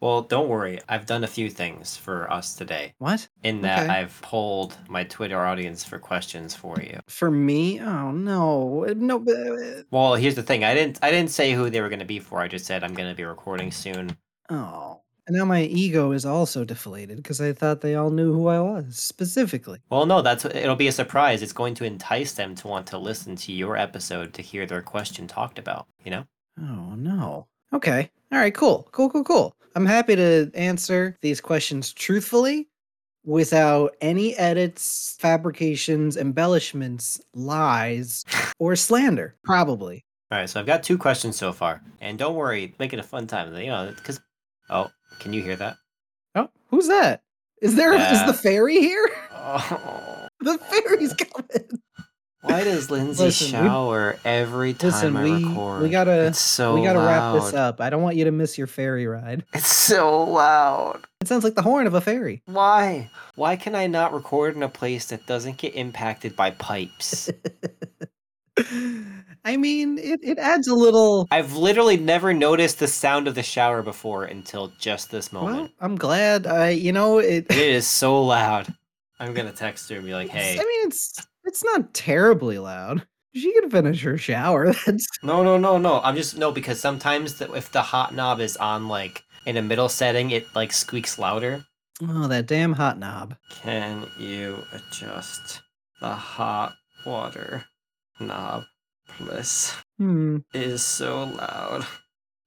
Well, don't worry. I've done a few things for us today. What? In that Okay. I've polled my Twitter audience for questions for you. For me? Oh no. No but, uh, Well, here's the thing. I didn't I didn't say who they were going to be for. I just said I'm going to be recording soon. oh. And now my ego is also deflated because I thought they all knew who I was specifically. Well, no, that's it'll be a surprise. It's going to entice them to want to listen to your episode to hear their question talked about, you know? Oh no. Okay. All right, cool. Cool, cool, cool. I'm happy to answer these questions truthfully without any edits, fabrications, embellishments, lies, or slander, probably. All right, so I've got two questions so far. And don't worry, make it a fun time, you know, cuz Oh, can you hear that? Oh, who's that? Is there? Is Uh, the fairy here? Oh. The fairy's coming. Why does Lindsay Listen, we- shower every time Listen, I we record? we gotta It's so we gotta loud. wrap this up. I don't want you to miss your fairy ride. It's so loud. It sounds like the horn of a fairy. Why? Why can I not record in a place that doesn't get impacted by pipes? I mean, it, it adds a little. I've literally never noticed the sound of the shower before until just this Well, moment. I'm glad. I you know it. it is so loud. I'm gonna text her and be like, "Hey, I mean, it's it's not terribly loud. She can finish her shower. That's no, no, no, no." I'm just no because sometimes the, if the hot knob is on like in a middle setting, it like squeaks louder. oh that damn hot knob. Can you adjust the hot water knob, please? Hmm. It is so loud.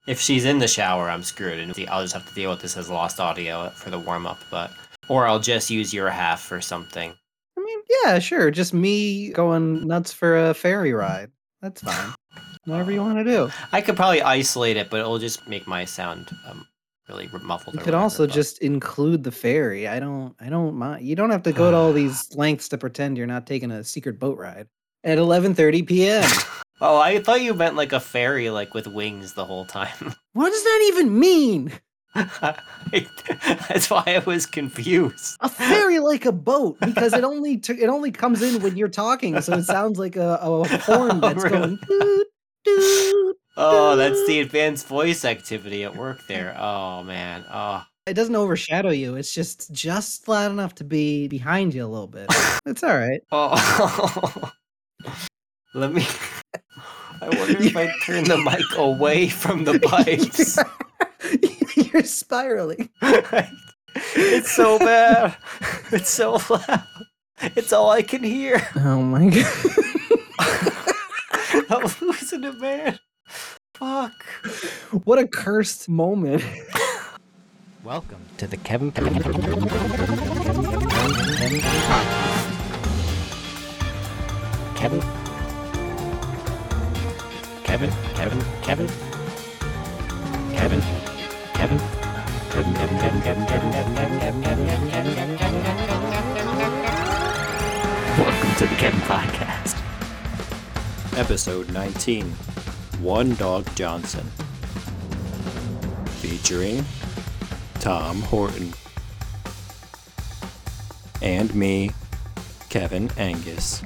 If she's in the shower, I'm screwed, and I'll just have to deal with this as lost audio for the warm up. But or I'll just use your half for something. I mean, yeah, sure. Just me going nuts for a fairy ride. That's fine. Whatever you want to do. I could probably isolate it, but it'll just make my sound um, really muffled. You or could whatever, also but- just include the fairy. I don't. I don't mind. You don't have to go to all these lengths to pretend you're not taking a secret boat ride at 11:30 p.m. Oh, I thought you meant like a fairy, like with wings the whole time. what does that even mean? That's why I was confused. A fairy like a boat because it only t- it only comes in when you're talking, so it sounds like a, a Oh, horn that's really? going doot doot. Oh, that's the advanced voice activity at work there. Oh man. Oh. It doesn't overshadow you. It's just just loud enough to be behind you a little bit. It's all right. Oh. Let me I wonder if I turn the mic away from the pipes. you're spiraling. it's so bad. It's so loud. It's all I can hear. Oh my god. I'm losing it, man. Fuck. what a cursed moment. Welcome to the Kevin Kevin Kevin Kevin Kevin Kevin Kevin Kevin Kevin Kevin Kevin Kevin Kevin Kevin Kevin Kevin Kevin Kevin Welcome to the Kevin Podcast. Episode 19 One Dog Johnson featuring Tom Horton, and me, Kevin Angus.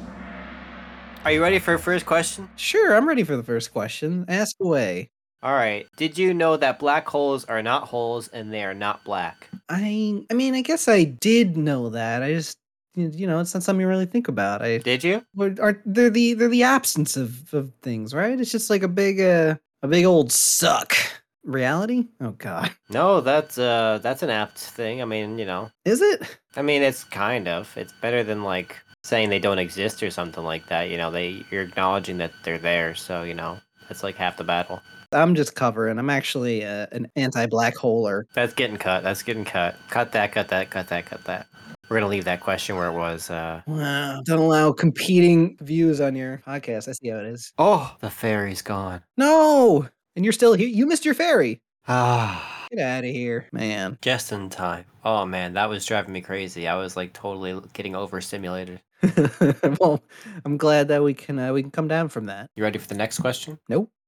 Are you ready for a first question? Sure, I'm ready for the first question. Ask away. All right. Did you know that black holes are not holes and they are not black? I I mean, I guess I did know that. I just y- you know, it's not something you really think about. I Did you? what- aren't they're the they're the absence of, of things, right? It's just like a big uh, a big old suck. Reality? Oh god. No, that's uh that's an apt thing. I mean, you know. Is it? I mean, it's kind of. It's better than like saying they don't exist or something like that. You know, they you're acknowledging that they're there, so you know, that's like half the battle. I'm just covering. I'm actually uh, an anti-black holer. That's getting cut. That's getting cut. Cut that, cut that, cut that, cut that. We're going to leave that question where it was. Uh... Wow. Don't allow competing views on your podcast. I see how it is. Oh, the fairy's gone. No. And you're still here. You missed your ferry. Ah. Get out of here, man. Just in time. Oh, man, that was driving me crazy. I was like totally l- getting overstimulated. well, I'm glad that we can uh, we can come down from that. You ready for the next question?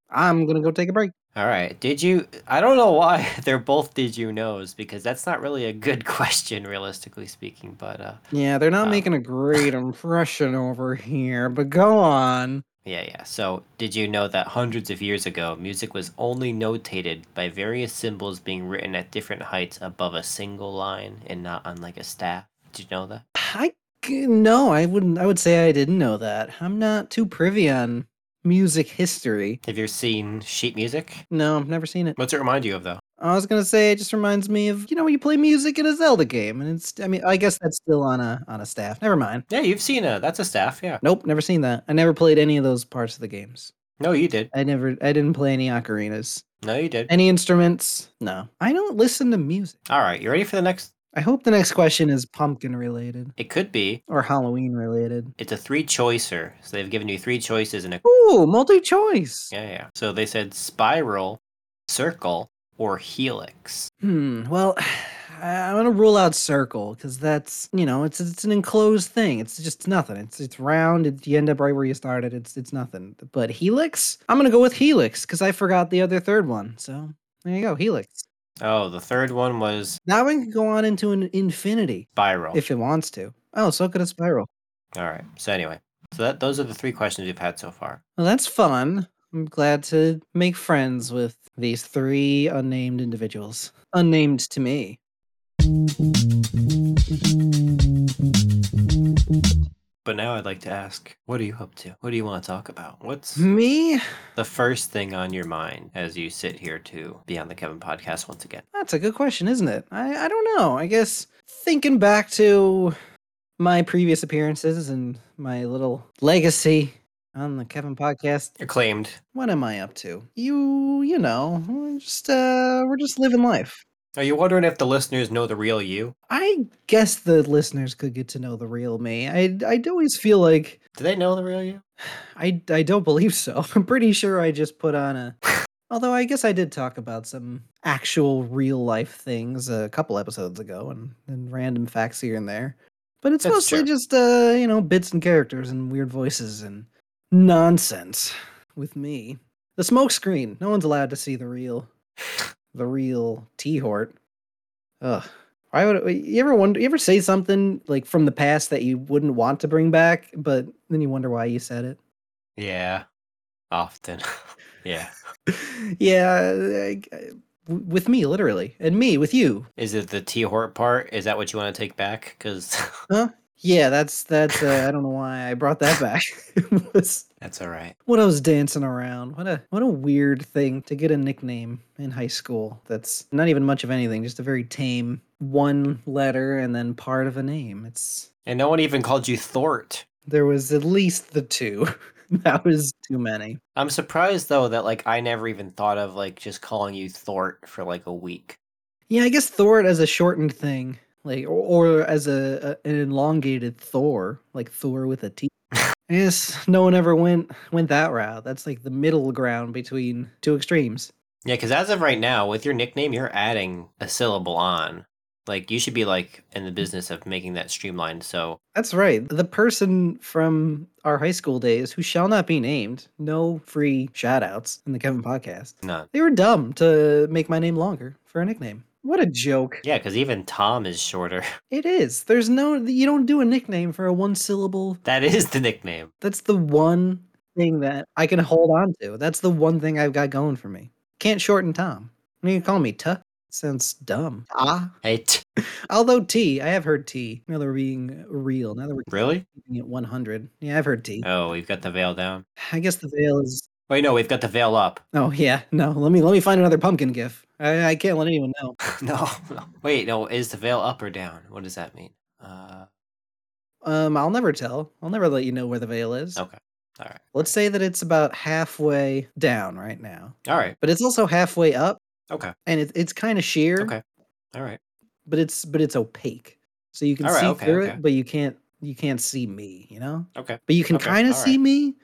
I'm gonna go take a break. All right. Did you? I don't know why they're both did you knows because that's not really a good question, realistically speaking. But uh, Yeah, they're not Um, making a great impression over here, but go on. Yeah, yeah. So, did you know that hundreds of years ago, music was only notated by various symbols being written at different heights above a single line and not on like a staff? Did you know that? I g- no, I wouldn't. I would say I didn't know that. I'm not too privy on music history. Have you ever seen sheet music? No, I've never seen it. What's it remind you of, though? I was gonna say it just reminds me of you know when you play music in a Zelda game, and it's. I mean, I guess that's still on a on a staff. Never mind. Yeah, you've seen a. That's a staff, yeah. Nope, never seen that. I never played any of those parts of the games. No, you did. I never. I didn't play any ocarinas. No, you did. Any instruments? No. I don't listen to music. All right, you ready for the next? I hope the next question is pumpkin related It could be. or Halloween related. It's a three choicer. So, they've given you three choices and a. Ooh, multi choice. Yeah, yeah. So, they said spiral, circle, or helix. Hmm. Well, I- I'm gonna rule out circle because that's you know it's it's an enclosed thing. It's just nothing. It's it's round. It, you end up right where you started. It's it's nothing. But helix. I'm gonna go with helix because I forgot the other third one. So there you go, helix. Oh, the third one was That one can go on into an infinity spiral. if it wants to. Oh, so could a spiral. All right. So, anyway, so that those are the three questions we've had so far. Well, that's fun. I'm glad to make friends with these three unnamed individuals. Unnamed to me. But now I'd like to ask, what are you up to? What do you want to talk about? What's Hmm. Me? the first thing on your mind as you sit here to be on the Kevin podcast once again? That's a good question, isn't it? I, I don't know. I guess thinking back to my previous appearances and my little legacy on the Kevin podcast, Acclaimed. what am I up to? You, you know, we're just uh, we're just living life. Are you wondering if the listeners know the real you? I guess the listeners could get to know the real me. I I always feel like Do they know the real you? I I don't believe so. I'm pretty sure I just put on a. Although I guess I did talk about some actual real life things a couple episodes ago, and, and random facts here and there. But it's That's mostly true. just uh, you know bits and characters and weird voices and nonsense with me. The smoke screen. No one's allowed to see the real, the real T Hort. Ugh. Why would you ever wonder? You ever say something like from the past that you wouldn't want to bring back, but then you wonder why you said it? Yeah. Often. yeah. yeah, I- I- w- with me literally, and me with you. Is it the T Hort part? Is that what you want to take back? Because Yeah, that's that's. Uh, I don't know why I brought that back. it was that's all right. what I was dancing around. What a what a weird thing to get a nickname in high school. That's not even much of anything. Just a very tame one letter and then part of a name. It's And no one even called you Thort. there was at least the two. that was too many. I'm surprised though that like I never even thought of like just calling you Thort for like a week. Yeah, I guess Thor as a shortened thing, like or, or as a, a an elongated Thor, like Thor with a T. I guess no one ever went went that route. That's like the middle ground between two extremes. Yeah, because as of right now, with your nickname, you're adding a syllable on. Like you should be like in the business of making that streamlined. So That's right. The person from our high school days who shall not be named, no free shout outs in the Kevin podcast. none. They were dumb to make my name longer for a nickname. What a joke. Yeah, because even Tom is shorter. It is. There's no, you don't do a nickname for a one syllable that is the nickname. That's the one thing that I can hold on to. That's the one thing I've got going for me. Can't shorten Tom. You can call me Tuh. Sounds dumb. Ah. Hey, t- Although T, I have heard T. Now that we're being real. Now that we're really? keeping it 100. Yeah, I've heard T. I Oh, we've got the veil down. guess the veil is. Wait, no, we've got the veil up. Oh yeah, no. Let me let me find another pumpkin gif. I, I can't let anyone know. no, no. Wait, no. Is the veil up or down? What does that mean? Uh, Um, I'll never tell. I'll never let you know where the veil is. Okay. All right. Let's say that it's about halfway down right now, all right. but it's also halfway up, Okay. and it, it's kind of sheer. Okay. All right. but it's but it's opaque so you can Alright, see okay, through okay. it but you can't you can't see me you know Okay. but you can Okay, kind of see alright. me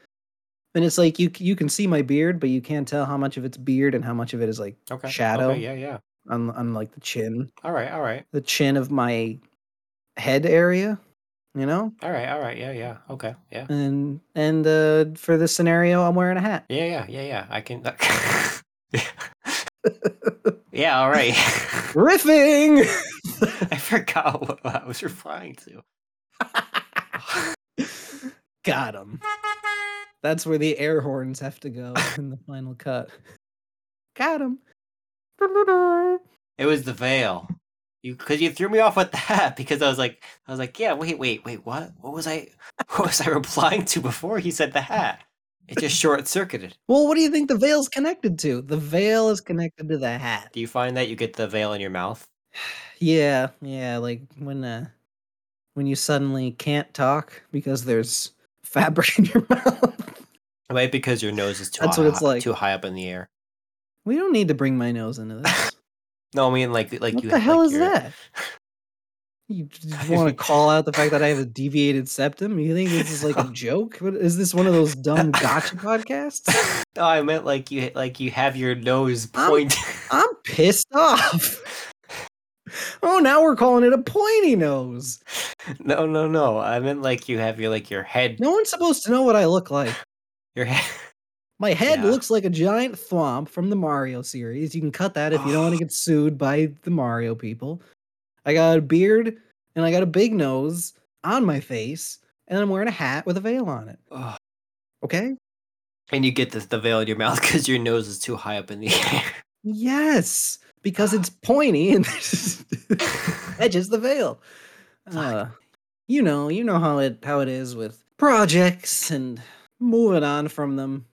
and it's like you c- you can see my beard but you can't tell how much of it's beard and how much of it is like Okay. Shadow. Okay, yeah, yeah. on, on like the chin All right. All right. the chin of my head area you know All right. All right. Yeah, yeah. Okay. Yeah. and and uh for this scenario i'm wearing a hat Yeah, yeah, yeah, yeah. I can. yeah. yeah, all right. riffing I forgot what I was replying to. got him That's where the air horns have to go in the final cut. Got him. It was the veil. You because you threw me off with that because I was like I was like yeah wait wait wait what what was I what was I replying to before he said the hat? It just short circuited. Well, what do you think the veil's connected to? The veil is connected to the hat. Do you find that you get the veil in your mouth? Yeah, yeah, like when uh when you suddenly can't talk because there's fabric in your mouth. Right, because your nose is too That's high, what it's like. too high up in the air. We don't need to bring my nose into this. No, I mean like like what you. the have, hell like, is your- that? You want to call out the fact that I have a deviated septum? You think this is like a joke? What, is this one of those dumb gotcha podcasts? no, Oh, I meant like you like you have your nose I'm- point. I'm pissed off. Oh, now we're calling it a pointy nose. no, no, no. I meant like you have your like your head. No one's supposed to know what I look like. Your head. My head Yeah. looks like a giant thwomp from the Mario series. You can cut that if you don't want to get sued by the Mario people. I got a beard and I got a big nose on my face, and I'm wearing a hat with a veil on it. Ugh. Okay? oh, And you get this the veil in your mouth because your nose is too high up in the Yes, because it's pointy and there's air. edges the veil. Fuck. Uh, you know, you know how it how it is with projects and moving on from them.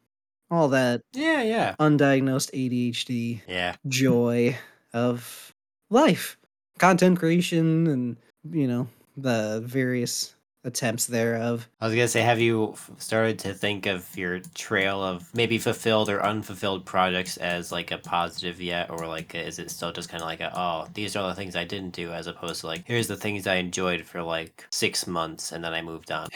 All that yeah, yeah, undiagnosed ADHD yeah. joy of life, content creation, and you know the various attempts thereof. I was gonna say, have you f- started to think of your trail of maybe fulfilled or unfulfilled projects as like a positive yet, or like is it still just kind of like a, oh, these are the things I didn't do, as opposed to like here's the things I enjoyed for like six months and then I moved on.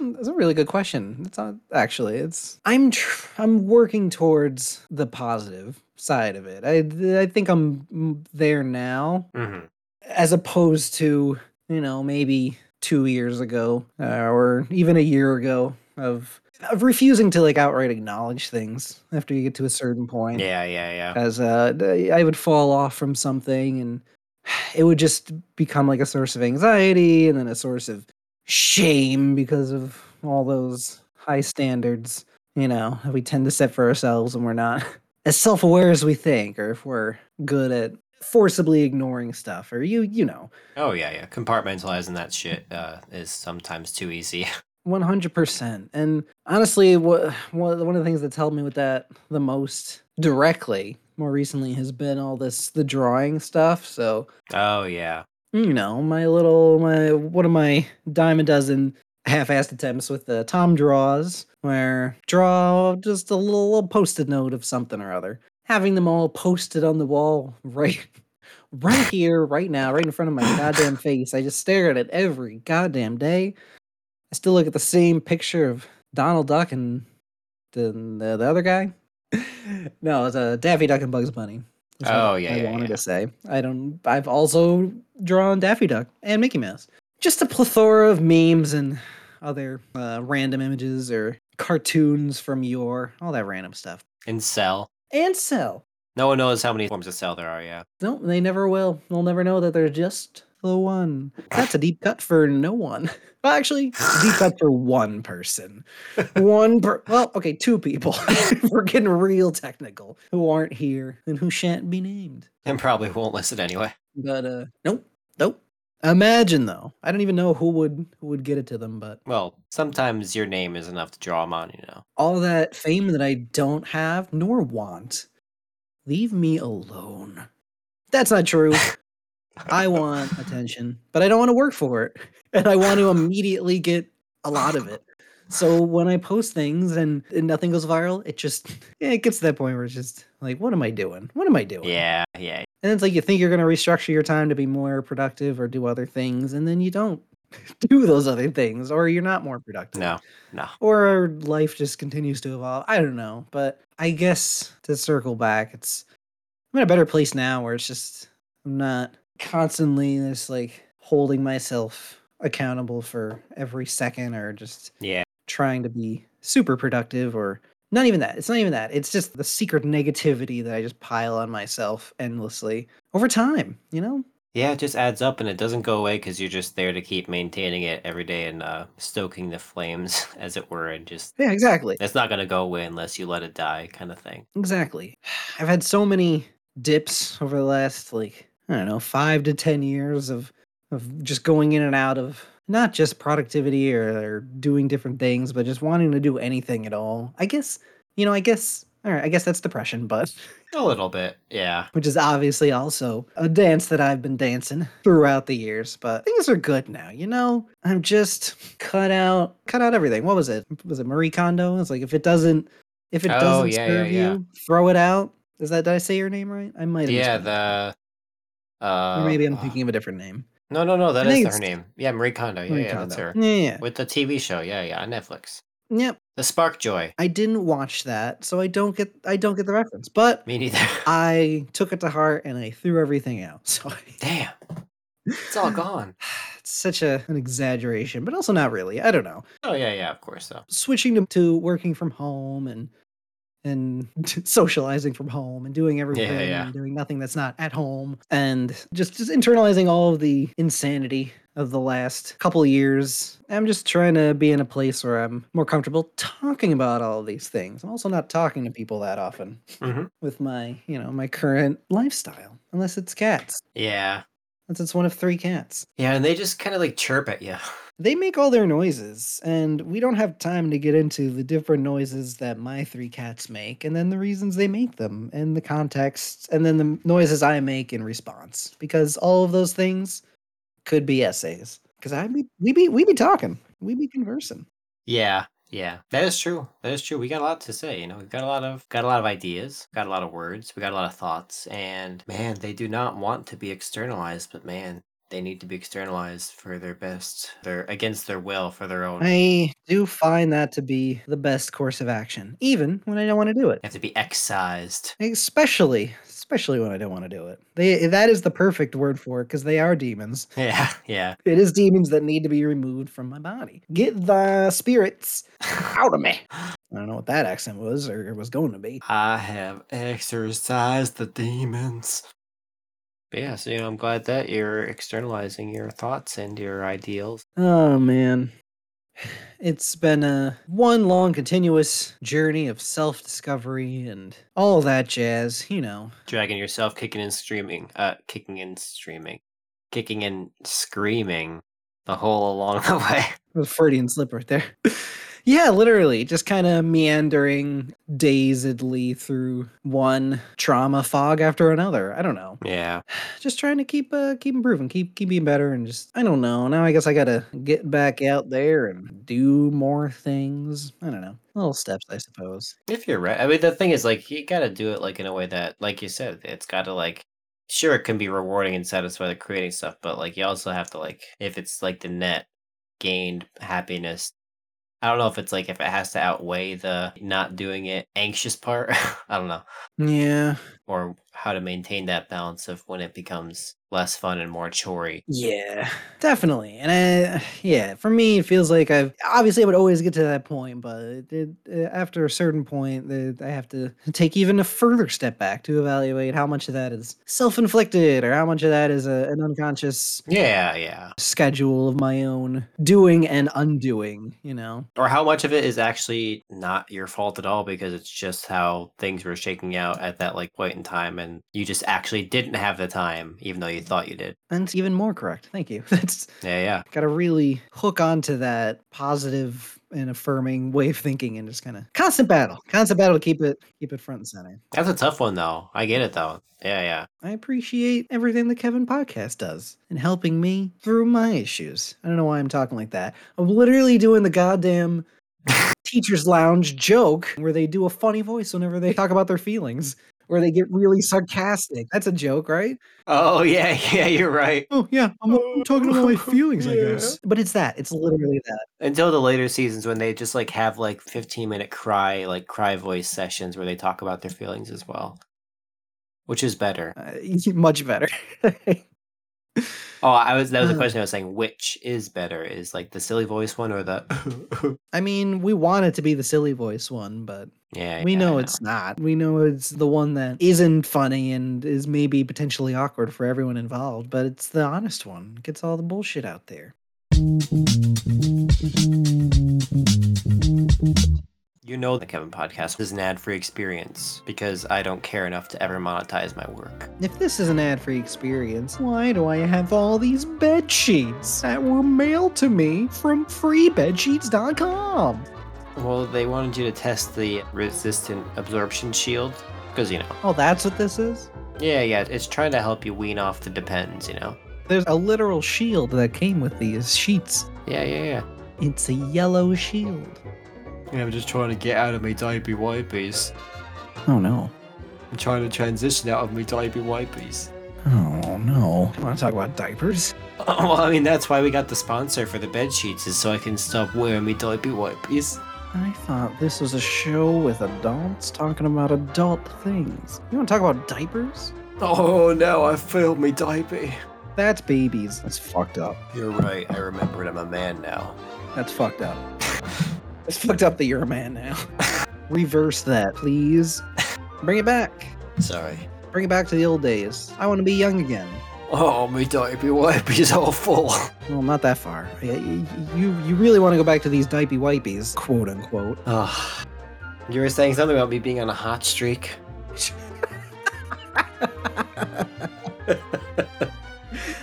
That's a really good question. It's not actually. It's I'm tr- I'm working towards the positive side of it. I I think I'm mm, there now. Mm-hmm. as opposed to you know maybe two years ago uh, or even a year ago of of refusing to like outright acknowledge things after you get to a certain point Yeah, yeah, yeah. as uh d- i would fall off from something and it would just become like a source of anxiety and then a source of shame because of all those high standards you know that we tend to set for ourselves and we're not as self-aware as we think or if we're good at forcibly ignoring stuff or you you know Oh yeah, yeah. Compartmentalizing that shit uh, is sometimes too easy. 100% and honestly what one of the one of the things that's helped me with that the most directly more recently has been all this the drawing stuff so oh yeah. you know, my little my one of my dime a dozen half-assed attempts with the Tom draws, where draw just a little, little post-it note of something or other, having them all posted on the wall right, right here, right now, right in front of my goddamn face. I just stare at it every goddamn day. I still look at the same picture of Donald Duck and the the, the other guy. no, it's a Daffy Duck and Bugs Bunny. is what Oh, yeah, I yeah, wanted yeah. to say. I don't. I've also drawn Daffy Duck and Mickey Mouse. Just a plethora of memes and other uh, random images or cartoons from your all that random stuff. And sell. And sell. No one knows how many forms of cell there are. Yeah. No, they never will. They'll never know that they're just the one. That's a deep cut for no one. Well, actually, it's a deep cut for one person. One per- well, okay, two people. We're getting real technical who aren't here and who shan't be named. And probably won't listen anyway. But uh nope, nope. Imagine though. I don't even know who would who would get it to them, but Well, sometimes your name is enough to draw them on, you know. all that fame that I don't have nor want. Leave me alone. That's not true. I want attention, but I don't want to work for it. And I want to immediately get a lot of it. So when I post things and, and nothing goes viral, it just yeah, it gets to that point where it's just like, what am I doing? What am I doing? Yeah, yeah. And it's like you think you're going to restructure your time to be more productive or do other things, and then you don't do those other things, or you're not more productive No, no. or our life just continues to evolve. I don't know, but I guess to circle back, it's I'm in a better place now where it's just I'm not constantly just like holding myself accountable for every second or just Yeah. trying to be super productive or not even that. It's not even that. It's just the secret negativity that I just pile on myself endlessly over time, you know? Yeah, it just adds up and it doesn't go away because you're just there to keep maintaining it every day and uh, stoking the flames, as it were, and just Yeah, exactly. it's not gonna go away unless you let it die, kind of thing. Exactly. I've had so many dips over the last like I don't know five to ten years of of just going in and out of not just productivity or, or doing different things, but just wanting to do anything at all. I guess you know. I guess all right. I guess that's depression, but A little bit, yeah. which is obviously also a dance that I've been dancing throughout the years. But things are good now, you know. I'm just cut out, cut out everything. What was it? Was it Marie Kondo? It's like if it doesn't, if it Oh, doesn't yeah, yeah, serve yeah. you, throw it out. Is that did I say your name right? I might have. Yeah, misread the it. uh or maybe I'm uh, thinking of a different name. No no no, that I is think her it's name. Yeah, Marie Kondo, yeah, Marie yeah, that's Kondo. her. Yeah, yeah, With the TV show, yeah, yeah, on Netflix. yeah. Yep. The Spark Joy. I didn't watch that, so I don't get I don't get the reference. But Me neither. I took it to heart and I threw everything out. So I- Damn, it's all gone. it's such a, an exaggeration, but also not really. I don't know. Oh yeah, yeah, of course though. switching to, to working from home and and socializing from home and doing everything yeah. and doing nothing that's not at home and just just internalizing all of the insanity of the last couple of years i'm just trying to be in a place where i'm more comfortable talking about all of these things i'm also not talking to people that often hmm with my you know my current lifestyle unless it's cats Yeah, unless it's one of three cats yeah, and they just kind of like chirp at you. they make all their noises, and we don't have time to get into the different noises that my three cats make, and then the reasons they make them, and the context, and then the noises I make in response. Because all of those things could be essays. Because I be we be we be talking, we be conversing. Yeah, yeah, that is true. That is true. We got a lot to say. You know, we've got a lot of got a lot of ideas, got a lot of words, we got a lot of thoughts, and man, they do not want to be externalized, but man, they need to be externalized for their best, their against their will, for their own. I do find that to be the best course of action, even when I don't want to do it. They have to be excised. Especially, especially when I don't want to do it. They that is the perfect word for it because they are demons. Yeah, yeah. It is demons that need to be removed from my body. Get the spirits out of me. I don't know what that accent was or was going to be. I have exorcised the demons. But yeah, so you know, I'm glad that you're externalizing your thoughts and your ideals. Oh man. It's been a one long continuous journey of self-discovery and all that jazz, you know. Dragging yourself, kicking and streaming, uh, kicking and streaming, kicking and screaming the whole along the way. A Freudian slip right there. yeah, literally, just kind of meandering dazedly through one trauma fog after another. I don't know. Yeah, just trying to keep uh keep improving, keep keep being better, and just I don't know. Now I guess I gotta get back out there and do more things. I don't know, little steps, I suppose. if you're right. I mean, the thing is, like, you gotta do it like in a way that, like you said, it's gotta like. Sure, it can be rewarding and satisfying like, creating stuff, but like you also have to like if it's like the net gained happiness I don't know if it's like if it has to outweigh the not doing it anxious part. I don't know. Yeah, Or how to maintain that balance of when it becomes less fun and more chory. yeah, definitely. And I, yeah, for me, it feels like I've obviously I would always get to that point, but it, it, uh, after a certain point, that I have to take even a further step back to evaluate how much of that is self-inflicted or how much of that is a, an unconscious Yeah, yeah. schedule of my own doing and undoing. You know. Or how much of it is actually not your fault at all because it's just how things were shaking out at that like point in time and you just actually didn't have the time even though you thought you did. That's even more correct. Thank you. That's Yeah, yeah. got to really hook onto that positive and affirming way of thinking, and just kind of constant battle, constant battle to keep it keep it front and center. That's a tough one though. I get it though. Yeah, yeah. I appreciate everything the Kevin podcast does in helping me through my issues. I don't know why I'm talking like that. I'm literally doing the goddamn teacher's lounge joke where they do a funny voice whenever they talk about their feelings, where they get really sarcastic. That's a joke, right? Oh, yeah, yeah, you're right. Oh yeah, I'm, I'm talking about my feelings, I Yeah. guess. But it's that. It's literally that. until the later seasons when they just like have like 15 minute cry like cry voice sessions where they talk about their feelings as well which is better Uh, much better. Oh, I was that was a Uh. question I was saying. Which is better? Is like the silly voice one or the? I mean, we want it to be the silly voice one, but yeah, we yeah, know I it's not. We know it's the one that isn't funny and is maybe potentially awkward for everyone involved, but it's the honest one. It gets all the bullshit out there. You know the Kevin podcast is an ad-free experience because I don't care enough to ever monetize my work. If this is an ad free experience, why do I have all these bed sheets that were mailed to me from freebedsheets.com? Well, they wanted you to test the resistant absorption shield because you know. Oh, that's what this is? Yeah, yeah, it's trying to help you wean off the depends. You know. There's a literal shield that came with these sheets. Yeah, yeah, yeah. It's a yellow shield. Yeah, I'm just trying to get out of my diaper wipes. Oh no. I'm trying to transition out of my diaper wipes. Oh no. I want to talk about diapers. well, I mean, that's why we got the sponsor for the bed sheets, is so I can stop wearing my diaper wipes. I thought this was a show with adults talking about adult things. You want to talk about diapers? Oh no, I failed my diaper. That's babies. That's fucked up. You're right, I remembered I'm a man now. That's fucked up. it's fucked up that you're a man now. Reverse that, please. Bring it back. Sorry. Bring it back to the old days. I want to be young again. Oh, my diaper wipes all full. Well, not that far. Y- y- You you really want to go back to these dipey wipies, quote unquote. Ugh. Ah. You were saying something about me being on a hot streak.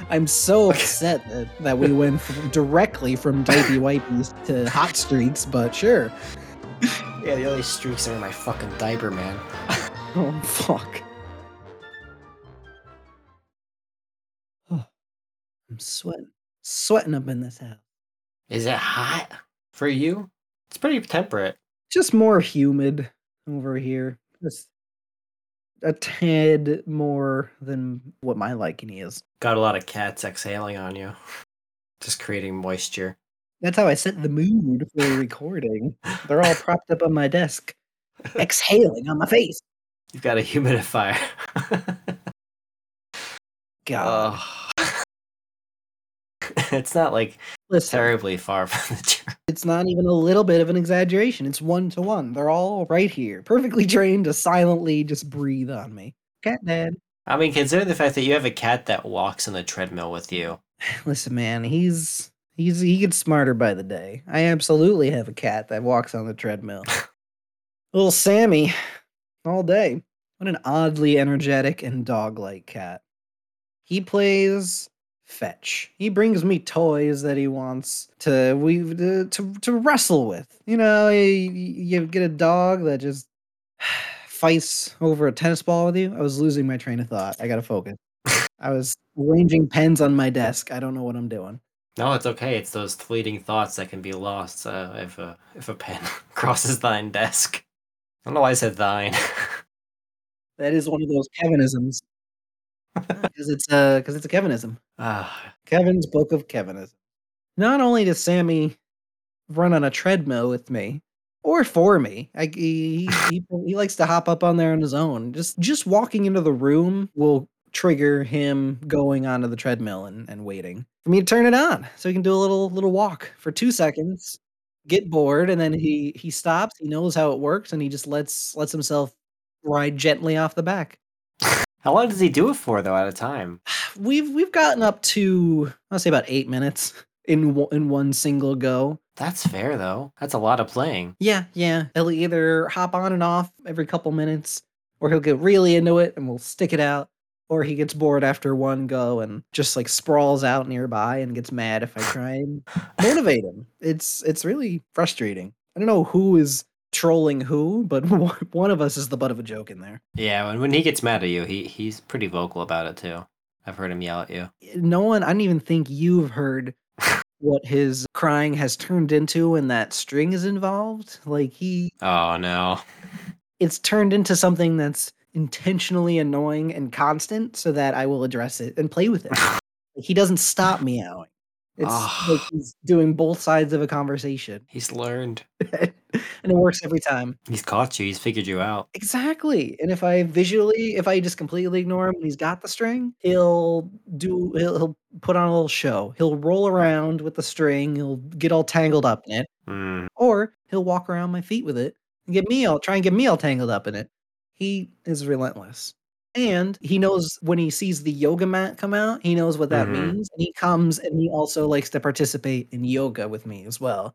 I'm so upset that, that we went from, directly from dipey wipies to hot streaks, but sure. Yeah, the only streaks are in my fucking diaper, man. Oh fuck. Oh, I'm sweating, sweating up in this house. Is it hot for you? It's pretty temperate. just more humid over here. Just a tad more than what my liking is. Got a lot of cats exhaling on you, just creating moisture. That's how I set the mood for recording. They're all propped up on my desk, exhaling on my face. You've got a humidifier. God, oh. it's not like listen, terribly far from the truth. it's not even a little bit of an exaggeration. It's one to one. They're all right here, perfectly trained to silently just breathe on me. Cat dad. I mean, consider the fact that you have a cat that walks on the treadmill with you. Listen, man, he's he's he gets smarter by the day. I absolutely have a cat that walks on the treadmill. Little Sammy, all day. What an oddly energetic and dog-like cat. He plays fetch. He brings me toys that he wants to we to to, to wrestle with. You know, you, you get a dog that just fights over a tennis ball with you. I was losing my train of thought. I gotta focus. I was arranging pens on my desk. I don't know what I'm doing. No, it's okay. It's those fleeting thoughts that can be lost uh, if a if a pen crosses thine desk. I don't know why I said thine. That is one of those Kevinisms. Because it's a because it's a Kevinism. Ah, Kevin's book of Kevinism. Not only does Sammy run on a treadmill with me or for me, I, he, he he likes to hop up on there on his own. Just just walking into the room will trigger him going onto the treadmill and, and waiting for me to turn it on so he can do a little little walk for two seconds get bored and then he he stops he knows how it works and he just lets lets himself ride gently off the back how long does he do it for though at a time? we've we've gotten up to I'll say about eight minutes in wo- in one single go. That's fair though. That's a lot of playing. Yeah, yeah. He'll either hop on and off every couple minutes, or he'll get really into it and we'll stick it out, or he gets bored after one go and just like sprawls out nearby and gets mad if I try and motivate him. It's it's really frustrating. I don't know who is trolling who, but one of us is the butt of a joke in there. Yeah, when when he gets mad at you, he he's pretty vocal about it too. I've heard him yell at you. no one i don't even think you've heard what his crying has turned into and that string is involved like he Oh no. it's turned into something that's intentionally annoying and constant so that i will address it and play with it Like, he doesn't stop meowing it's Ah. like he's doing both sides of a conversation He's learned. and it works every time He's caught you. He's figured you out. exactly and if i visually if i just completely ignore him and he's got the string he'll do he'll, he'll put on a little show. He'll roll around with the string, he'll get all tangled up in it, Mm, or he'll walk around my feet with it and get me all try and get me all tangled up in it. He is relentless. And he knows when he sees the yoga mat come out, he knows what that Mhm. means. And he comes and he also likes to participate in yoga with me as well.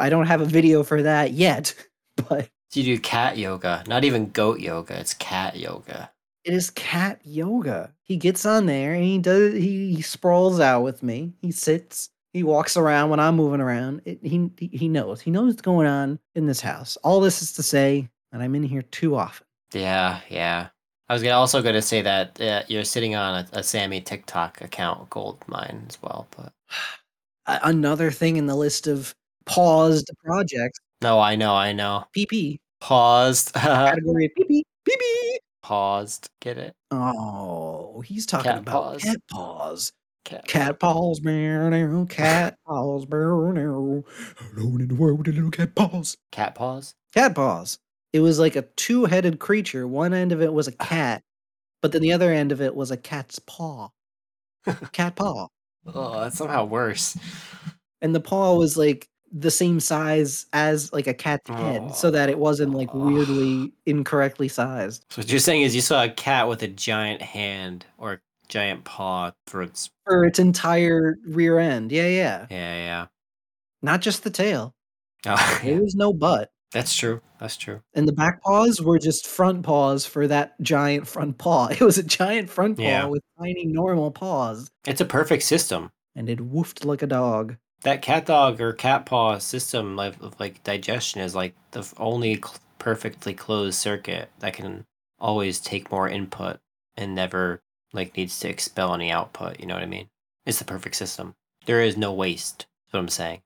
I don't have a video for that yet, but you do cat yoga, not even goat yoga. It's cat yoga. it is cat yoga. He gets on there and he does he, he sprawls out with me. He sits, he walks around when I'm moving around. It, he he- he knows. He knows what's going on in this house. All this is to say that I'm in here too often. Yeah, yeah. I was gonna also going to say that uh, you're sitting on a, a Sammy TikTok account, gold mine as well. But A- Another thing in the list of paused projects, no, I know, I know. PP Paused. category PP PP. paused. Get it? Oh, he's talking Cat about paws. cat paws. Cat. Cat paws, meow, meow, cat paws, meow, meow. alone in the world with the little cat paws. Cat paws. cat paws. It was like a two headed creature. One end of it was a Ah. cat, but then the other end of it was a cat's paw. cat paw. Oh, that's somehow worse. And the paw was like the same size as like a cat's head, so that it wasn't like weirdly incorrectly sized. So what you're saying is you saw a cat with a giant hand or giant paw for its Or its entire rear end. Yeah, yeah. yeah Not just the tail. yeah. Oh, There yeah. was no butt. That's true. That's true. And the back paws were just front paws for that giant front paw. It was a giant front paw Yeah. with tiny normal paws. It's a perfect system. And it woofed like a dog. That cat dog or cat paw system like, of like digestion is like the f- only cl- perfectly closed circuit that can always take more input and never like needs to expel any output. You know what I mean? It's the perfect system. There is no waste. That's what I'm saying.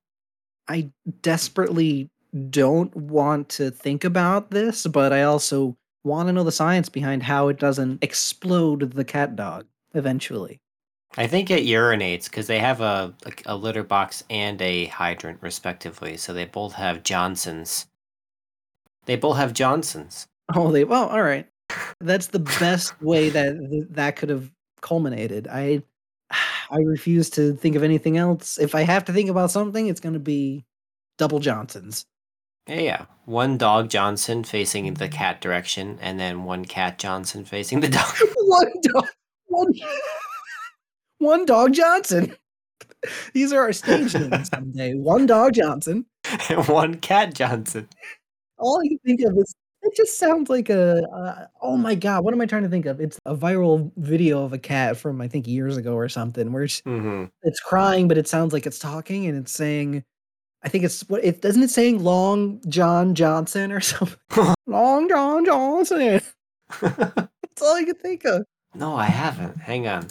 I desperately don't want to think about this, but I also want to know the science behind how it doesn't explode the cat dog eventually. I think it urinates because they have a, a a litter box and a hydrant respectively, so they both have Johnsons. They both have Johnsons. Oh, they well, all right. That's the best way that th- that could have culminated. I I refuse to think of anything else. If I have to think about something, it's going to be double Johnsons. Yeah, yeah. One dog Johnson facing the cat direction, and then one cat Johnson facing the dog. one dog, one, one dog Johnson. These are our stage names someday. One dog Johnson. and one cat Johnson. all I can think of is it just sounds like a uh, oh my god, what am I trying to think of? It's a viral video of a cat from I think years ago or something where it's, Mm-hmm. it's crying, but it sounds like it's talking and it's saying, I think it's what it doesn't it saying Long John Johnson or something. Long John Johnson. That's all I can think of. no, I haven't. Hang on,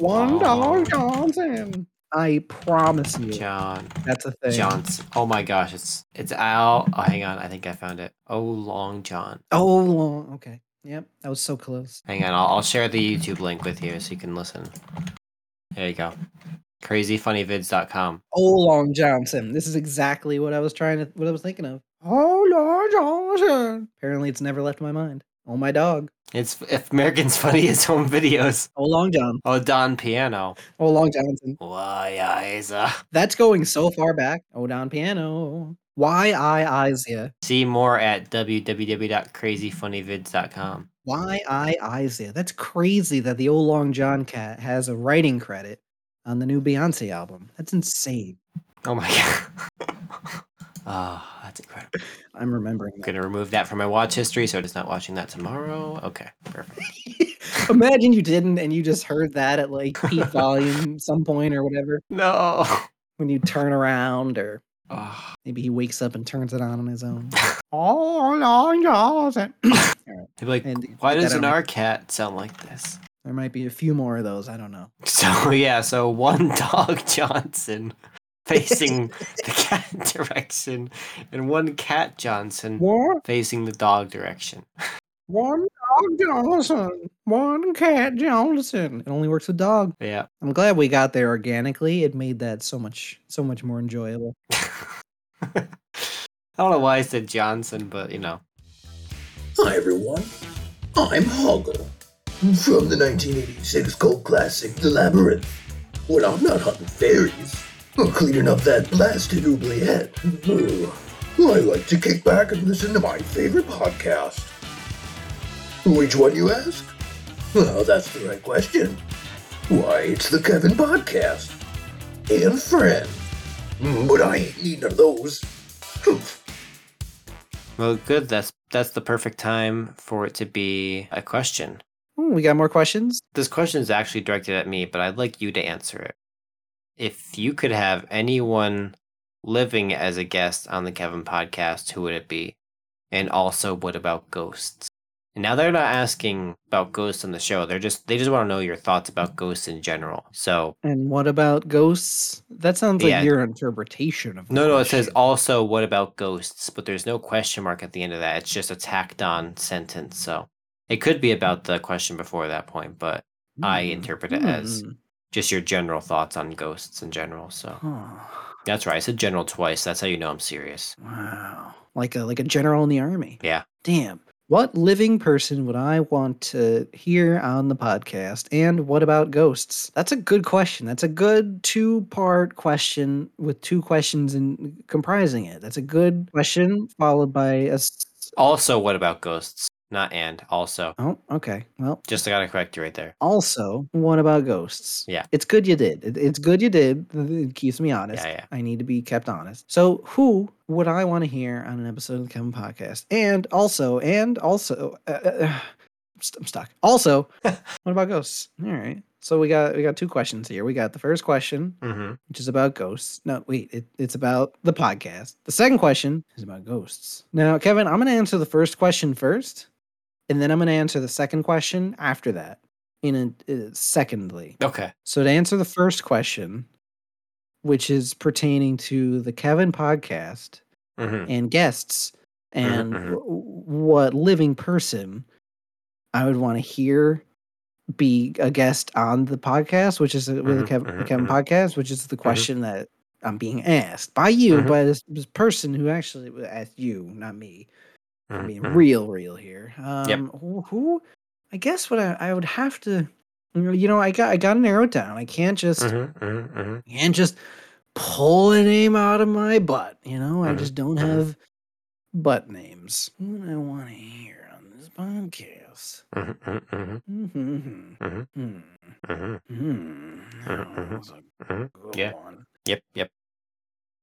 Long Long. Dog Johnson. I promise you, John that's a thing. Johnson. Oh my gosh, it's it's out. Oh, hang on, I think I found it. Oh, Long John. Oh, long. Okay. Yep, that was so close. Hang on, I'll, I'll share the YouTube link with you so you can listen. There you go. CrazyFunnyVids.com. Oh, Long Johnson. This is exactly what I was trying to, what I was thinking of. Oh, Long Johnson. Apparently, it's never left my mind. Oh, my dog. It's if American's funniest home videos. Oh, Long John. Oh, Don Piano. Oh, Long Johnson. Why, Isa? That's going so far back. Oh, down piano. Why I Isaiah? See more at www.crazyfunnyvids.com. Why I Isaiah? That's crazy that the old Long John cat has a writing credit on the new Beyonce album. That's insane. Oh my god. Ah, that's incredible. I'm remembering I'm that. gonna remove that from my watch history so it's not watching that tomorrow. Okay, perfect. Imagine you didn't and you just heard that at like peak volume some point or whatever No. when you turn around or Ah. Maybe he wakes up and turns it on on his own. oh, long Johnson. I'd be like, And why put that doesn't on- our cat sound like this? There might be a few more of those. I don't know. So yeah, so one dog Johnson facing the cat direction, and one cat Johnson One, facing the dog direction. one dog Johnson. One cat Johnson. It only works with dog. Yeah. I'm glad we got there organically. It made that so much, so much more enjoyable. I don't know why I said Johnson, but you know. Hi everyone, I'm Hoggle. From the 1986 cult classic The Labyrinth, When I'm not hunting fairies, I'm cleaning up that blasted oubliette. Ugh. I like to kick back and listen to my favorite podcast. Which one, you ask? Well, that's the right question. Why, it's the Kevin Podcast. And Friend. But I ain't need none of those. Humph. Well, good. That's that's the perfect time for it to be a question. Ooh, Hmm, we got more questions. This question is actually directed at me, but I'd like you to answer it. If you could have anyone living as a guest on the Kevin podcast, who would it be? And also, what about ghosts? Now they're not asking about ghosts on the show. They're just they just want to know your thoughts about ghosts in general. So And what about ghosts? That sounds like Yeah. your interpretation of. the no, no, it says question. also what about ghosts, but there's no question mark at the end of that. It's just a tacked on sentence. So it could be about the question before that point, but I Hmm, interpret it as hmm, just your general thoughts on ghosts in general. So huh, that's right. I said general twice. That's how you know I'm serious. Wow, like a like a general in the army. Yeah. Damn. What living person would I want to hear on the podcast? And what about ghosts? That's a good question. That's a good two part question with two questions in comprising it. That's a good question followed by a. s- Also, what about ghosts? Not and also. Oh, okay. Well, Just I gotta correct you right there. also, what about ghosts? Yeah. It's good you did. It- It's good you did. It keeps me honest. Yeah, yeah. I need to be kept honest. So, who would I want to hear on an episode of the Kevin Podcast? And also, and also, uh, uh, uh, I'm st- I'm stuck. Also, what about ghosts? All right. So we got we got two questions here. We got the first question, Mm-hmm. which is about ghosts. No, wait, it, it's about the podcast. The second question is about ghosts. Now, Kevin, I'm going to answer the first question first, and then I'm going to answer the second question after that. In a, uh, secondly, Okay. so to answer the first question, which is pertaining to the Kevin podcast Mm-hmm. and guests and mhm. w- what living person I would want to hear be a guest on the podcast, which is a, with the Mhm, Kev- the mhm, Kevin mhm. podcast, which is the question that I'm being asked by you, Mhm. by this, this person who actually asked you, not me. I'm being Mhm. real, real here. Um, who, who? I guess what I, I would have to, you know, I got I got to narrow it down. I can't just Mhm, mhm, mhm. and just pull a name out of my butt. You know, I Mhm, just don't mhm. have butt names. Who do I want to hear on this podcast? Mhm, mhm, mhm, Mhm. Mhm. Hmm. mhm. Hmm. Mhm, That mhm. was a Mhm. good Yeah. one. Yep. Yep.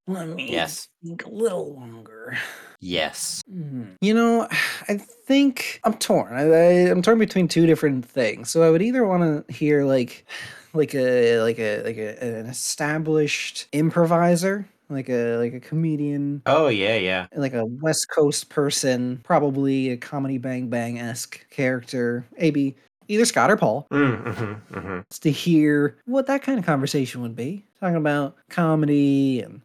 Let me Yes. think a little longer. Yes. Mhm. You know, I think I'm torn. I, I, I'm torn between two different things. So I would either want to hear like, like a like a like a, an established improviser, like a like a comedian, Oh yeah, yeah. like a West Coast person, probably a comedy Bang Bang esque character, maybe either Scott or Paul Mm-hmm, mm-hmm. it's to hear what that kind of conversation would be talking about comedy and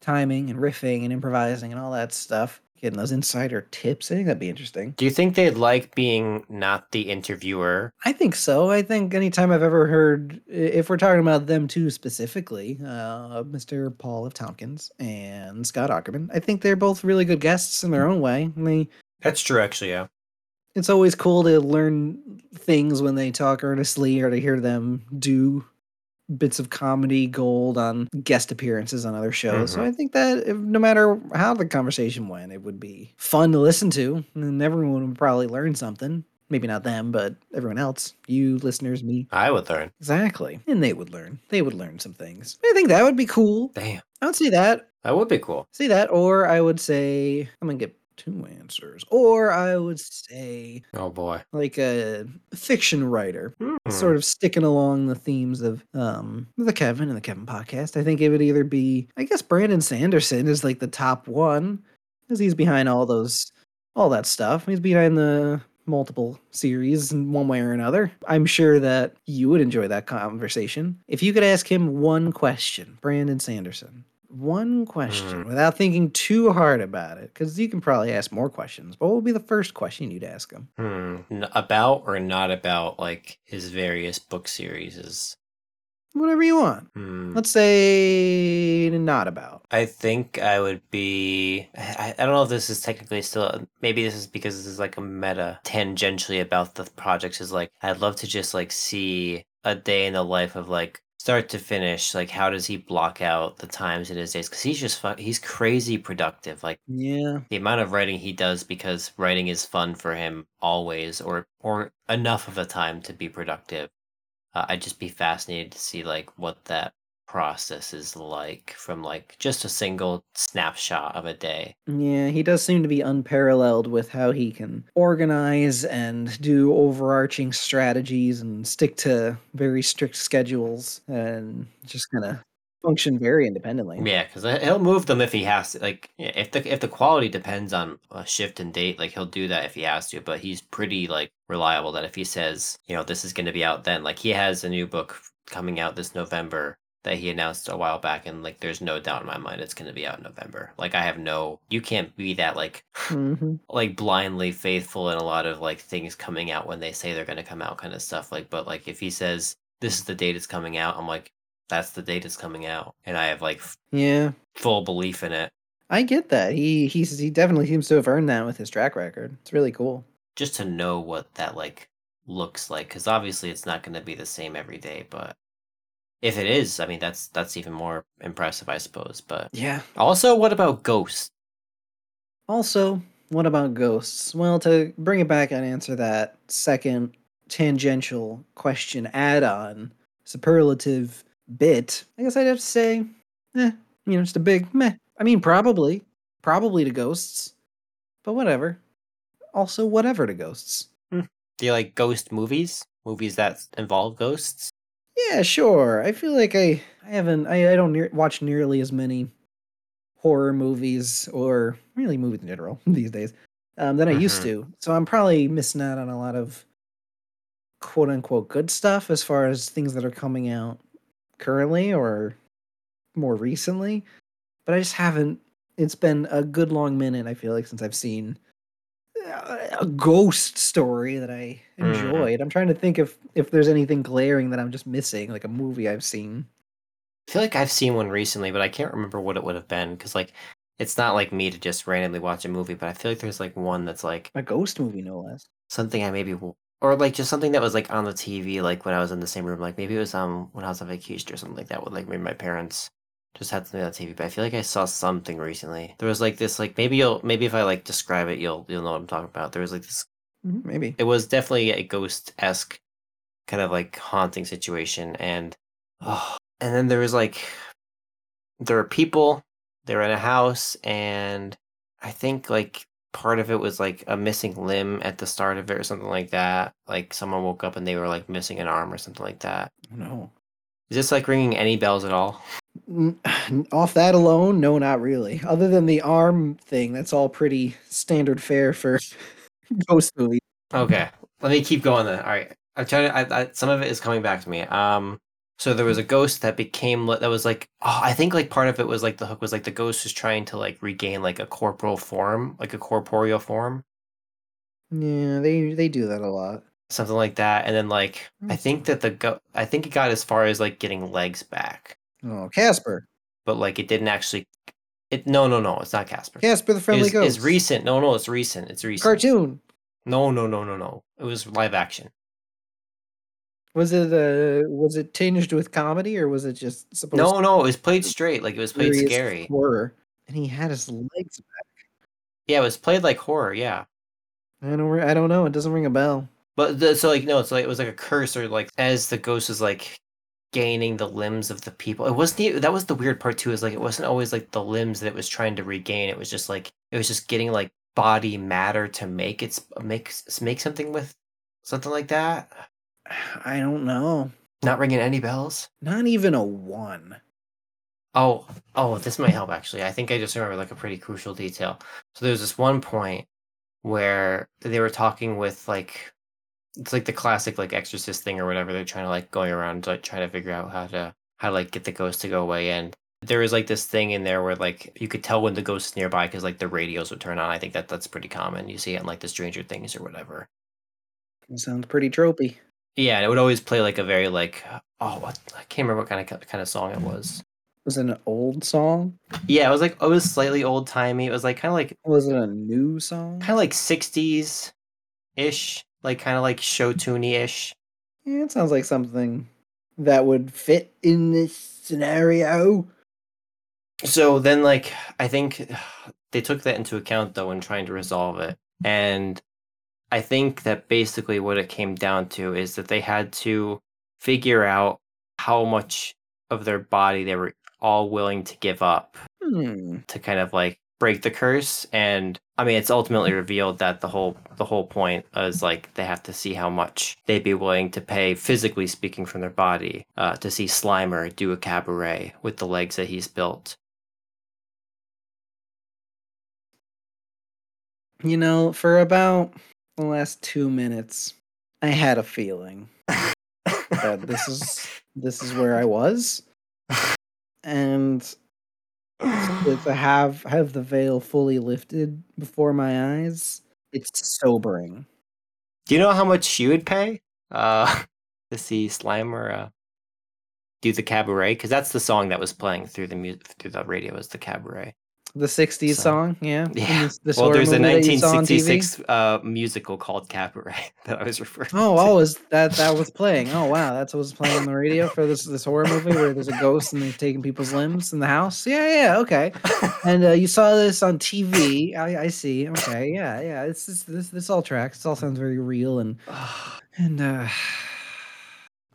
timing and riffing and improvising and all that stuff getting those insider tips i think that'd be interesting Do you think they'd like being not the interviewer? i think so i think anytime i've ever heard i- if we're talking about them two specifically uh, mr paul of tompkins and scott ackerman i think they're both really good guests in their own way and they That's true, actually. Yeah. it's always cool to learn things when they talk earnestly or to hear them do bits of comedy gold on guest appearances on other shows. So Mhm. I think that if, no matter how the conversation went, it would be fun to listen to and everyone would probably learn something. Maybe not them, but everyone else, you listeners, me. I would learn. Exactly. And they would learn. They would learn some things. I think that would be cool. Damn, I would see that. that would be cool. Say that, or I would say I'm gonna get two answers, or I would say Oh boy. like a fiction writer, Hmm. Mm-hmm. sort of sticking along the themes of um the Kevin and the Kevin podcast. I think it would either be, I guess Brandon Sanderson is like the top one, because he's behind all those, all that stuff. He's behind the multiple series in one way or another. I'm sure that you would enjoy that conversation if you could ask him one question, Brandon Sanderson. One question without thinking too hard about it, because you can probably ask more questions. But what would be the first question you'd ask him? Hmm. N- About or not about like his various book series is. whatever you want. Hmm. Let's say not about. I think I would be. I, I don't know if this is technically still. Maybe this is because this is like a meta tangentially about the projects. Is like I'd love to just like see a day in the life of like start to finish, like how does he block out the times in his days? Because he's just fu- he's crazy productive. Like Yeah. the amount of writing he does because writing is fun for him always, or or enough of the time to be productive. Uh, I'd just be fascinated to see like what that process is like from like just a single snapshot of a day. Yeah, he does seem to be unparalleled with how he can organize and do overarching strategies and stick to very strict schedules and just kind of function very independently. Yeah, because he'll move them if he has to. Like yeah, if the if the quality depends on a shift and date, like he'll do that if he has to. But he's pretty like reliable that if he says, you know, this is going to be out then, like he has a new book coming out this November that he announced a while back, and like there's no doubt in my mind it's going to be out in November. Like I have no, you can't be that like Mhm. like blindly faithful in a lot of like things coming out when they say they're going to come out kind of stuff like but like if he says this is the date it's coming out i'm like that's the date it's coming out and i have like f- Yeah. full belief in it I get that. He he's he definitely seems to have earned that with his track record. It's really cool. just to know what that like looks like because obviously it's not going to be the same every day but if it is i mean that's that's even more impressive i suppose but Yeah. also what about ghosts Also, what about ghosts? Well, to bring it back and answer that second tangential question add on superlative bit, I guess I'd have to say, eh, you know, just a big meh. I mean, probably, probably to ghosts, but whatever. Also, whatever to ghosts. do you like ghost movies movies that involve ghosts Yeah, sure. I feel like I, I haven't, I, I don't near, watch nearly as many horror movies or really movies in general these days um, than I used Mhm. to. So I'm probably missing out on a lot of quote unquote good stuff as far as things that are coming out currently or more recently. But I just haven't, it's been a good long minute, I feel like, since I've seen uh, a ghost story that I Mhm. enjoyed. I'm trying to think if if there's anything glaring that I'm just missing, like a movie I've seen. I feel like I've seen one recently, but I can't remember what it would have been because like it's not like me to just randomly watch a movie, but I feel like there's like one that's like A ghost movie, no less. something I maybe w- or like just something that was like on the TV like when I was in the same room, like maybe it was um when I was on vacation or something like that with like maybe my parents just had something on TV. But I feel like I saw something recently. There was like this like maybe you'll maybe if I like describe it you'll you'll know what I'm talking about. There was like this Mhm, Maybe. it was definitely a ghost esque kind of like haunting situation and oh, and then there was like there were people they were in a house and i think like part of it was like a missing limb at the start of it or something like that like someone woke up and they were like missing an arm or something like that No. is this like ringing any bells at all N- Off that alone, no, not really. Other than the arm thing, that's all pretty standard fare for ghost movies. Okay, let me keep going then. All right, I'm trying to. I, I, some of it is coming back to me. Um, so there was a ghost that became li- that was like oh, I think like part of it was like the hook was like the ghost was trying to like regain like a corporal form, like a corporeal form, Yeah, they they do that a lot. something like that. And then like I Hmm. think that the go I think it got as far as like getting legs back, Oh, Casper, but like it didn't actually. It no no no, it's not Casper. Casper the Friendly it's, Ghost. it's recent. No no, it's recent. It's recent. cartoon. No no no no no. It was live action. Was it uh was it tinged with comedy or was it just supposed No no, it was played straight. Like it was to played serious scary. horror? And he had his legs. Yeah, it was played like horror. Yeah, I don't. re- I don't know. It doesn't ring a bell. but the, so like no, it's like it was like a curse or like as the ghost is like gaining the limbs of the people. It wasn't e- that was the weird part too. Is like it wasn't always like the limbs that it was trying to regain. It was just like it was just getting like body matter to make its make s- make something with something like that. I don't know. Not ringing any bells. Not even a one. Oh, oh, this might help actually. I think I just remember like a pretty crucial detail. So there was this one point where they were talking with like it's like the classic like exorcist thing or whatever. They're trying to like going around like trying to figure out how to how to like get the ghost to go away. And there was like this thing in there where like you could tell when the ghost is nearby because like the radios would turn on. I think that that's pretty common. You see it in like the Stranger Things or whatever. It sounds pretty tropey. Yeah, and it would always play like a very like oh what I can't remember what kind of kind of song it was. Was it an old song? Yeah, it was like it was slightly old timey. It was like kind of like Was it a new song? kind of like 60s ish like kind of like show ish Yeah, it sounds like something that would fit in this scenario. So then, like, I think they took that into account though in trying to resolve it. And I think that basically what it came down to is that they had to figure out how much of their body they were all willing to give up Hmm. to kind of like break the curse and i mean it's ultimately revealed that the whole the whole point is like they have to see how much they'd be willing to pay physically speaking from their body uh, to see slimer do a cabaret with the legs that he's built You know, for about the last two minutes, I had a feeling that this is this is where I was, and to to have have the veil fully lifted before my eyes, it's sobering. do you know how much she would pay uh, to see slimer uh, do the cabaret because that's the song that was playing through the mu- through the radio was the cabaret The '60s So- song, yeah. from Yeah. This, this well, horror there's a movie that you saw on TV? 1966 uh, musical called Cabaret that I was referring. Oh, to. oh, is that that was playing? Oh, wow, that's what was playing on the radio for this this horror movie where there's a ghost and they're taking people's limbs in the house. Yeah, yeah, okay. And uh, you saw this on TV. I, I see. Okay, yeah, yeah. This is this this all tracks. This all sounds very real and and uh,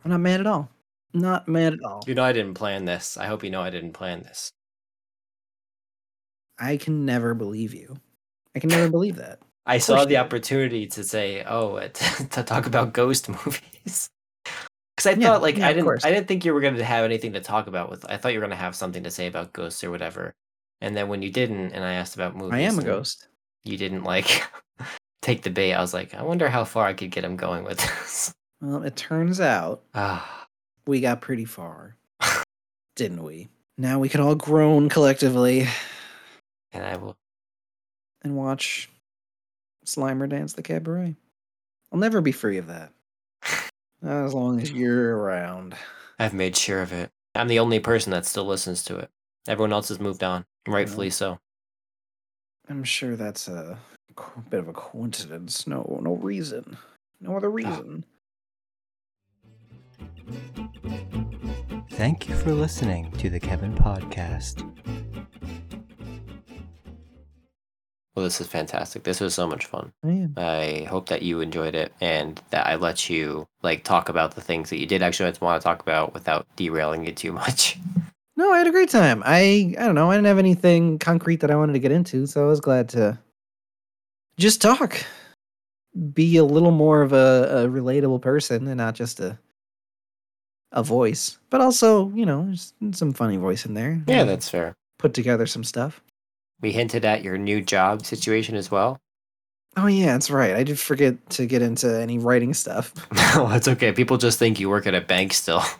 I'm not mad at all. Not mad at all. you know I didn't plan this. I hope you know I didn't plan this. I can never believe you. I can never believe that. I saw course the you did. opportunity to say, "Oh, uh, to talk about ghost movies," because I Yeah, thought, like, yeah, I of didn't, course. I didn't think you were going to have anything to talk about with. I thought you were going to have something to say about ghosts or whatever. And then when you didn't, and I asked about movies, I am a and ghost. You didn't like take the bait. I was like, I wonder how far I could get him going with this. Well, it turns out Ah. we got pretty far, didn't we? Now we can all groan collectively and I will. and watch Slimer dance the cabaret. I'll never be free of that. Not as long as you're around. I've made sure of it. I'm the only person that still listens to it. Everyone else has moved on, rightfully so. I'm sure that's a co- bit of a coincidence. No, no reason. No Ah, other reason. Thank you for listening to the Kevin Podcast. Well, this is fantastic. This was so much fun. Man. I hope that you enjoyed it and that I let you like talk about the things that you did actually want to talk about without derailing you too much. No, I had a great time. I I don't know. I didn't have anything concrete that I wanted to get into, so I was glad to just talk, be a little more of a, a relatable person, and not just a a voice, but also you know, there's some funny voice in there. Yeah, and that's fair. put together some stuff. We hinted at your new job situation as well. Oh yeah, that's right. I did forget to get into any writing stuff. no, that's okay. People just think you work at a bank still.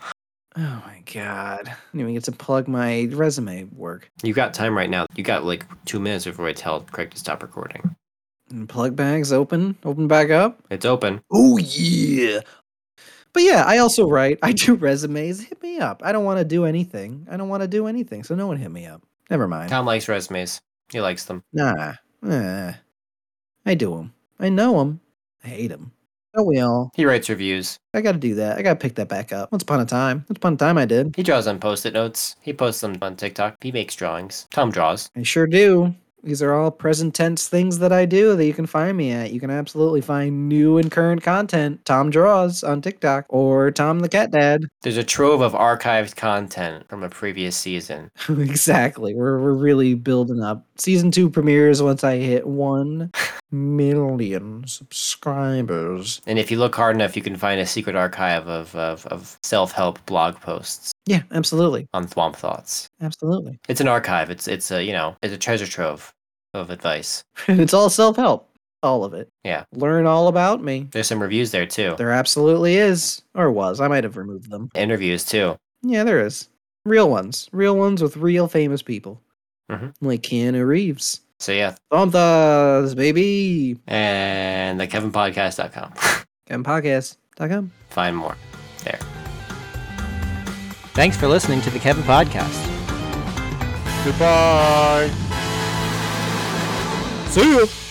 Oh my god! I didn't even get to plug my resume work You got time right now. You got like two minutes before I tell Craig to stop recording. and plug bags open, open back up. It's open. Oh yeah. But yeah, I also write. I do resumes. Hit me up. I don't want to do anything. I don't want to do anything. So no one hit me up. Never mind. Tom likes resumes. He likes them. Nah. Eh. I do them. I know them. I hate them. Don't we all? He writes reviews. I got to do that. I got to pick that back up. Once upon a time. Once upon a time, I did. He draws on post it notes. He posts them on TikTok. He makes drawings. Tom draws. I sure do. These are all present tense things that I do that you can find me at. You can absolutely find new and current content. Tom Draws on TikTok or Tom the Cat Dad. There's a trove of archived content from a previous season. exactly. We're we're really building up. Season two premieres once I hit one million subscribers. And if you look hard enough, you can find a secret archive of, of, of self help blog posts Yeah, absolutely, on Thwomp Thoughts. absolutely. It's an archive. It's it's a you know it's a treasure trove of advice. it's all self help, all of it. Yeah. learn all about me. There's some reviews there too. There absolutely is, or was. I might have removed them. Interviews too. Yeah, there is. Real ones, real ones with real famous people, Mhm. like Keanu Reeves. So yeah, Thumbthaws, baby. and the kevinpodcast.com. And podcast.com. find more there. Thanks for listening to the Kevin Podcast. Goodbye. See you.